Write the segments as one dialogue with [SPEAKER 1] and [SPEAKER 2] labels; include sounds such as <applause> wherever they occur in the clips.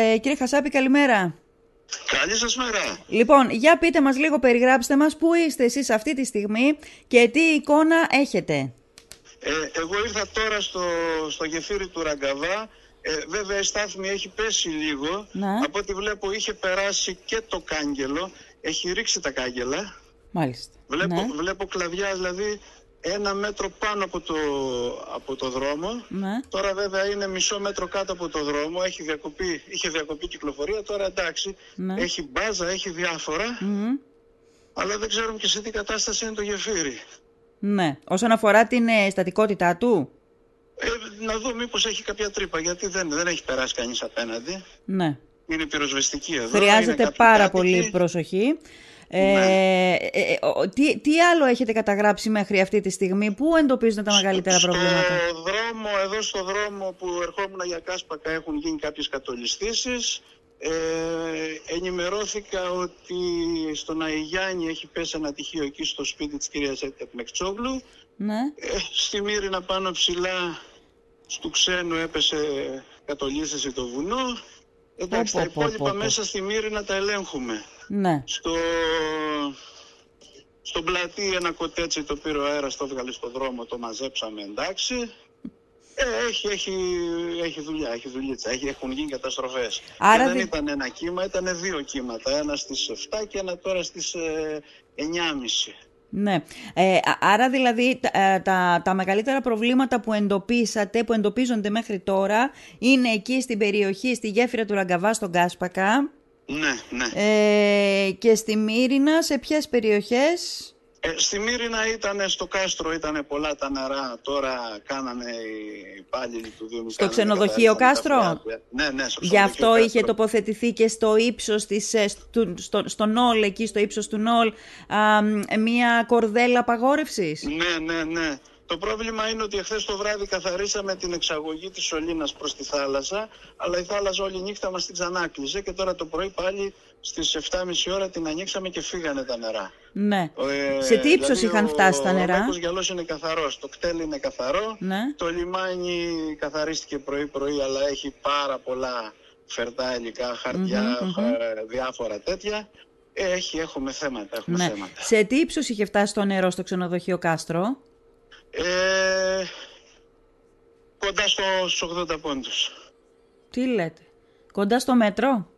[SPEAKER 1] Ε, κύριε Χασάπη, καλημέρα.
[SPEAKER 2] Καλή σας μέρα.
[SPEAKER 1] Λοιπόν, για πείτε μας λίγο, περιγράψτε μας πού είστε εσείς αυτή τη στιγμή και τι εικόνα έχετε.
[SPEAKER 2] Ε, εγώ ήρθα τώρα στο, στο γεφύρι του Ραγκαβά. Ε, βέβαια η στάθμη έχει πέσει λίγο.
[SPEAKER 1] Ναι.
[SPEAKER 2] Από ό,τι βλέπω είχε περάσει και το κάγκελο. Έχει ρίξει τα κάγκελα.
[SPEAKER 1] Μάλιστα.
[SPEAKER 2] Βλέπω,
[SPEAKER 1] Ναι.
[SPEAKER 2] βλέπω κλαδιά δηλαδή ένα μέτρο πάνω από το, από το δρόμο.
[SPEAKER 1] Ναι.
[SPEAKER 2] Τώρα βέβαια είναι μισό μέτρο κάτω από το δρόμο. Έχει διακοπεί, είχε διακοπεί κυκλοφορία. Τώρα εντάξει.
[SPEAKER 1] Ναι.
[SPEAKER 2] Έχει μπάζα, έχει διάφορα.
[SPEAKER 1] Μμμ.
[SPEAKER 2] Αλλά δεν ξέρουμε και σε τι κατάσταση είναι το γεφύρι.
[SPEAKER 1] Ναι. Όσον αφορά την ε, στατικότητά του.
[SPEAKER 2] Ε, να δω μήπως έχει κάποια τρύπα, γιατί δεν, δεν έχει περάσει κανείς απέναντι.
[SPEAKER 1] Ναι.
[SPEAKER 2] Είναι πυροσβεστική εδώ. είναι
[SPEAKER 1] Χρειάζεται
[SPEAKER 2] κάποιοι
[SPEAKER 1] πάρα
[SPEAKER 2] κάτοικοι.
[SPEAKER 1] πολύ προσοχή. Ε,
[SPEAKER 2] Ναι.
[SPEAKER 1] ε, ε, ο- τι, τι άλλο έχετε καταγράψει μέχρι αυτή τη στιγμή, πού εντοπίζονται τα
[SPEAKER 2] Ε,
[SPEAKER 1] μεγαλύτερα προβλήματα.
[SPEAKER 2] Στο δρόμο, εδώ στο δρόμο που ερχόμουν για Κάσπακα έχουν γίνει κάποιες κατολιστήσεις. Ε, ενημερώθηκα ότι στον Αϊγιάννη έχει πέσει ένα τυχείο εκεί στο σπίτι της κυρίας Έτεπ Μεκτσόγλου.
[SPEAKER 1] Ναι.
[SPEAKER 2] Ε, στη Μύρινα πάνω ψηλά στου ξένου έπεσε κατολίσθηση το βουνό. Εντάξει,
[SPEAKER 1] Πω,
[SPEAKER 2] τα
[SPEAKER 1] πω, πω, πω,
[SPEAKER 2] υπόλοιπα
[SPEAKER 1] πω.
[SPEAKER 2] μέσα στη Μύρινα τα ελέγχουμε.
[SPEAKER 1] Ναι.
[SPEAKER 2] Στο... Στον πλατή ένα κοτέτσι το πήρε ο αέρας, το έβγαλε στον δρόμο, το μαζέψαμε εντάξει. Ε, έχει, έχει, έχει δουλειά, έχει δουλίτσα, έχει, έχουν γίνει καταστροφές.
[SPEAKER 1] Άρα
[SPEAKER 2] Και δεν
[SPEAKER 1] δι-
[SPEAKER 2] ήταν ένα κύμα, ήταν δύο κύματα, ένα στις 7 και ένα τώρα στις ε, 9.30.
[SPEAKER 1] Ναι. Ε, α- άρα δηλαδή τα, ε, τα, τα μεγαλύτερα προβλήματα που εντοπίσατε, που εντοπίζονται μέχρι τώρα, είναι εκεί στην περιοχή, στη γέφυρα του Ραγκαβά στον Κάσπακα
[SPEAKER 2] Ναι, ναι.
[SPEAKER 1] ε, και στη Μύρινα, σε ποιες περιοχές...
[SPEAKER 2] Ε, στη Μύρινα ήταν, στο κάστρο ήταν πολλά τα νερά, τώρα κάνανε οι υπάλληλοι του Δήμου.
[SPEAKER 1] Στο
[SPEAKER 2] κάνανε
[SPEAKER 1] ξενοδοχείο
[SPEAKER 2] καθαρίσανε τα
[SPEAKER 1] Κάστρο?
[SPEAKER 2] φράγια. Ναι, ναι, στο
[SPEAKER 1] Γι'
[SPEAKER 2] ξενοδοχείο
[SPEAKER 1] αυτό είχε
[SPEAKER 2] Κάστρο.
[SPEAKER 1] τοποθετηθεί και στο ύψος της, ε, στο, στο, στο νόλ, εκεί στο ύψος του νόλ, α, μ, μία κορδέλα απαγόρευσης.
[SPEAKER 2] Ναι, ναι, ναι. Το πρόβλημα είναι ότι εχθές το βράδυ καθαρίσαμε την εξαγωγή της σωλήνας προς τη θάλασσα, αλλά η θάλασσα όλη νύχτα μας την ξανάκλειζε και τώρα το πρωί πάλι στις 7.30 ώρα την ανοίξαμε και φύγανε τα νερά.
[SPEAKER 1] Ναι.
[SPEAKER 2] Ε,
[SPEAKER 1] Σε τι ύψος
[SPEAKER 2] δηλαδή,
[SPEAKER 1] είχαν
[SPEAKER 2] ο-
[SPEAKER 1] φτάσει τα
[SPEAKER 2] Ο
[SPEAKER 1] νερά.
[SPEAKER 2] Ρωμαϊκός γυαλός είναι καθαρός, το κτέλ είναι καθαρό,
[SPEAKER 1] Ναι.
[SPEAKER 2] το λιμάνι καθαρίστηκε πρωί-πρωί αλλά έχει πάρα πολλά φερτά υλικά, χαρτιά,
[SPEAKER 1] Μμμ, μμμ.
[SPEAKER 2] χα- διάφορα τέτοια. Ε, Έχει, έχουμε θέματα, έχουμε
[SPEAKER 1] Ναι.
[SPEAKER 2] θέματα.
[SPEAKER 1] Σε τι ύψος είχε φτάσει το νερό στο ξενοδοχείο Κάστρο.
[SPEAKER 2] Ε, κοντά στο, στους 80 πόντους.
[SPEAKER 1] Τι λέτε. Κοντά στο μέτρο.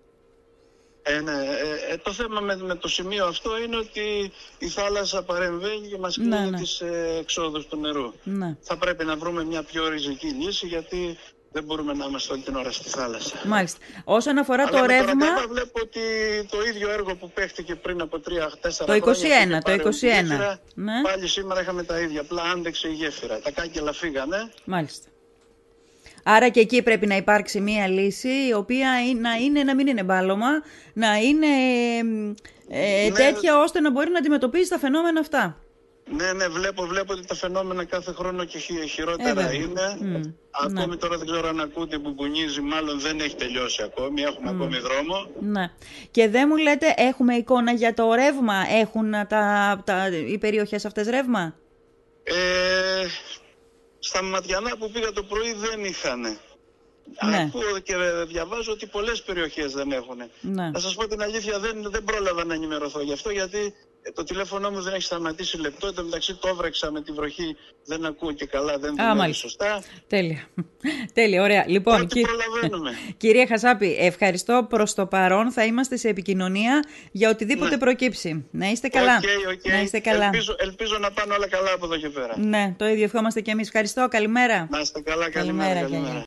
[SPEAKER 2] Ε, ναι, ε, ε, το θέμα με, με το σημείο αυτό είναι ότι η θάλασσα παρεμβαίνει και μας
[SPEAKER 1] Ναι,
[SPEAKER 2] κλείνει
[SPEAKER 1] ναι.
[SPEAKER 2] τις ε, εξόδους του νερού.
[SPEAKER 1] Ναι.
[SPEAKER 2] Θα πρέπει να βρούμε μια πιο ριζική λύση γιατί δεν μπορούμε να είμαστε όλη την ώρα στη θάλασσα.
[SPEAKER 1] Μάλιστα. Όσον αφορά το
[SPEAKER 2] Αλλά με
[SPEAKER 1] ρεύμα,
[SPEAKER 2] Ραγκάμπα βλέπω ότι το ίδιο έργο που παίχτηκε πριν από 3-4
[SPEAKER 1] Το
[SPEAKER 2] χρόνια.
[SPEAKER 1] 21,
[SPEAKER 2] που είχε
[SPEAKER 1] το
[SPEAKER 2] πάρει
[SPEAKER 1] 21,
[SPEAKER 2] η γέφυρα,
[SPEAKER 1] ναι.
[SPEAKER 2] Πάλι σήμερα είχαμε τα ίδια. Απλά άντεξε η γέφυρα. Τα κάγκελα φύγανε.
[SPEAKER 1] μάλιστα. Άρα και εκεί πρέπει να υπάρξει μία λύση η οποία είναι- να είναι, να μην είναι μπάλωμα, να είναι ε, ε,
[SPEAKER 2] Ναι.
[SPEAKER 1] τέτοια ώστε να μπορεί να αντιμετωπίζει τα φαινόμενα αυτά.
[SPEAKER 2] Ναι, ναι, βλέπω, βλέπω ότι τα φαινόμενα κάθε χρόνο και χει- χειρότερα
[SPEAKER 1] Ε, βέβαια.
[SPEAKER 2] είναι.
[SPEAKER 1] Μμ,
[SPEAKER 2] Ακόμη
[SPEAKER 1] ναι.
[SPEAKER 2] τώρα δεν ξέρω αν ακούτε που μπουνίζει, μάλλον δεν έχει τελειώσει ακόμη, έχουμε ακόμη δρόμο.
[SPEAKER 1] Ναι. Και δεν μου λέτε, έχουμε εικόνα για το ρεύμα, έχουν α, τα, τα, οι περιοχές αυτές ρεύμα.
[SPEAKER 2] Ε, στα Ματιανά που πήγα το πρωί δεν είχαν.
[SPEAKER 1] Ναι.
[SPEAKER 2] Ακούω και διαβάζω ότι πολλές περιοχές δεν έχουν.
[SPEAKER 1] Ναι.
[SPEAKER 2] Να σας πω την αλήθεια, δεν, δεν πρόλαβα να ενημερωθώ γι' αυτό, γιατί ε, το τηλέφωνό μου δεν έχει σταματήσει λεπτό. Εν τω μεταξύ το βρέξα με τη βροχή, δεν ακούω και καλά, δεν δουλεύει
[SPEAKER 1] μάλιστα.
[SPEAKER 2] σωστά.
[SPEAKER 1] Τέλεια. Τέλεια, ωραία. Λοιπόν,
[SPEAKER 2] Ό,τι
[SPEAKER 1] κυ- <laughs>
[SPEAKER 2] προλαβαίνουμε.
[SPEAKER 1] Κυρία Χασάπη, ευχαριστώ προς το παρόν. Θα είμαστε σε επικοινωνία για οτιδήποτε
[SPEAKER 2] Ναι.
[SPEAKER 1] προκύψει. Να είστε καλά.
[SPEAKER 2] Οκ, οκ.
[SPEAKER 1] Να είστε καλά.
[SPEAKER 2] Ελπίζω, ελπίζω να πάνε όλα καλά από εδώ και πέρα.
[SPEAKER 1] Ναι, το ίδιο ευχόμαστε και εμείς. Ευχαριστώ. Καλημέρα.
[SPEAKER 2] Να είστε καλά, καλημέρα.
[SPEAKER 1] Καλημέρα,
[SPEAKER 2] καλημέρα.
[SPEAKER 1] καλημέρα.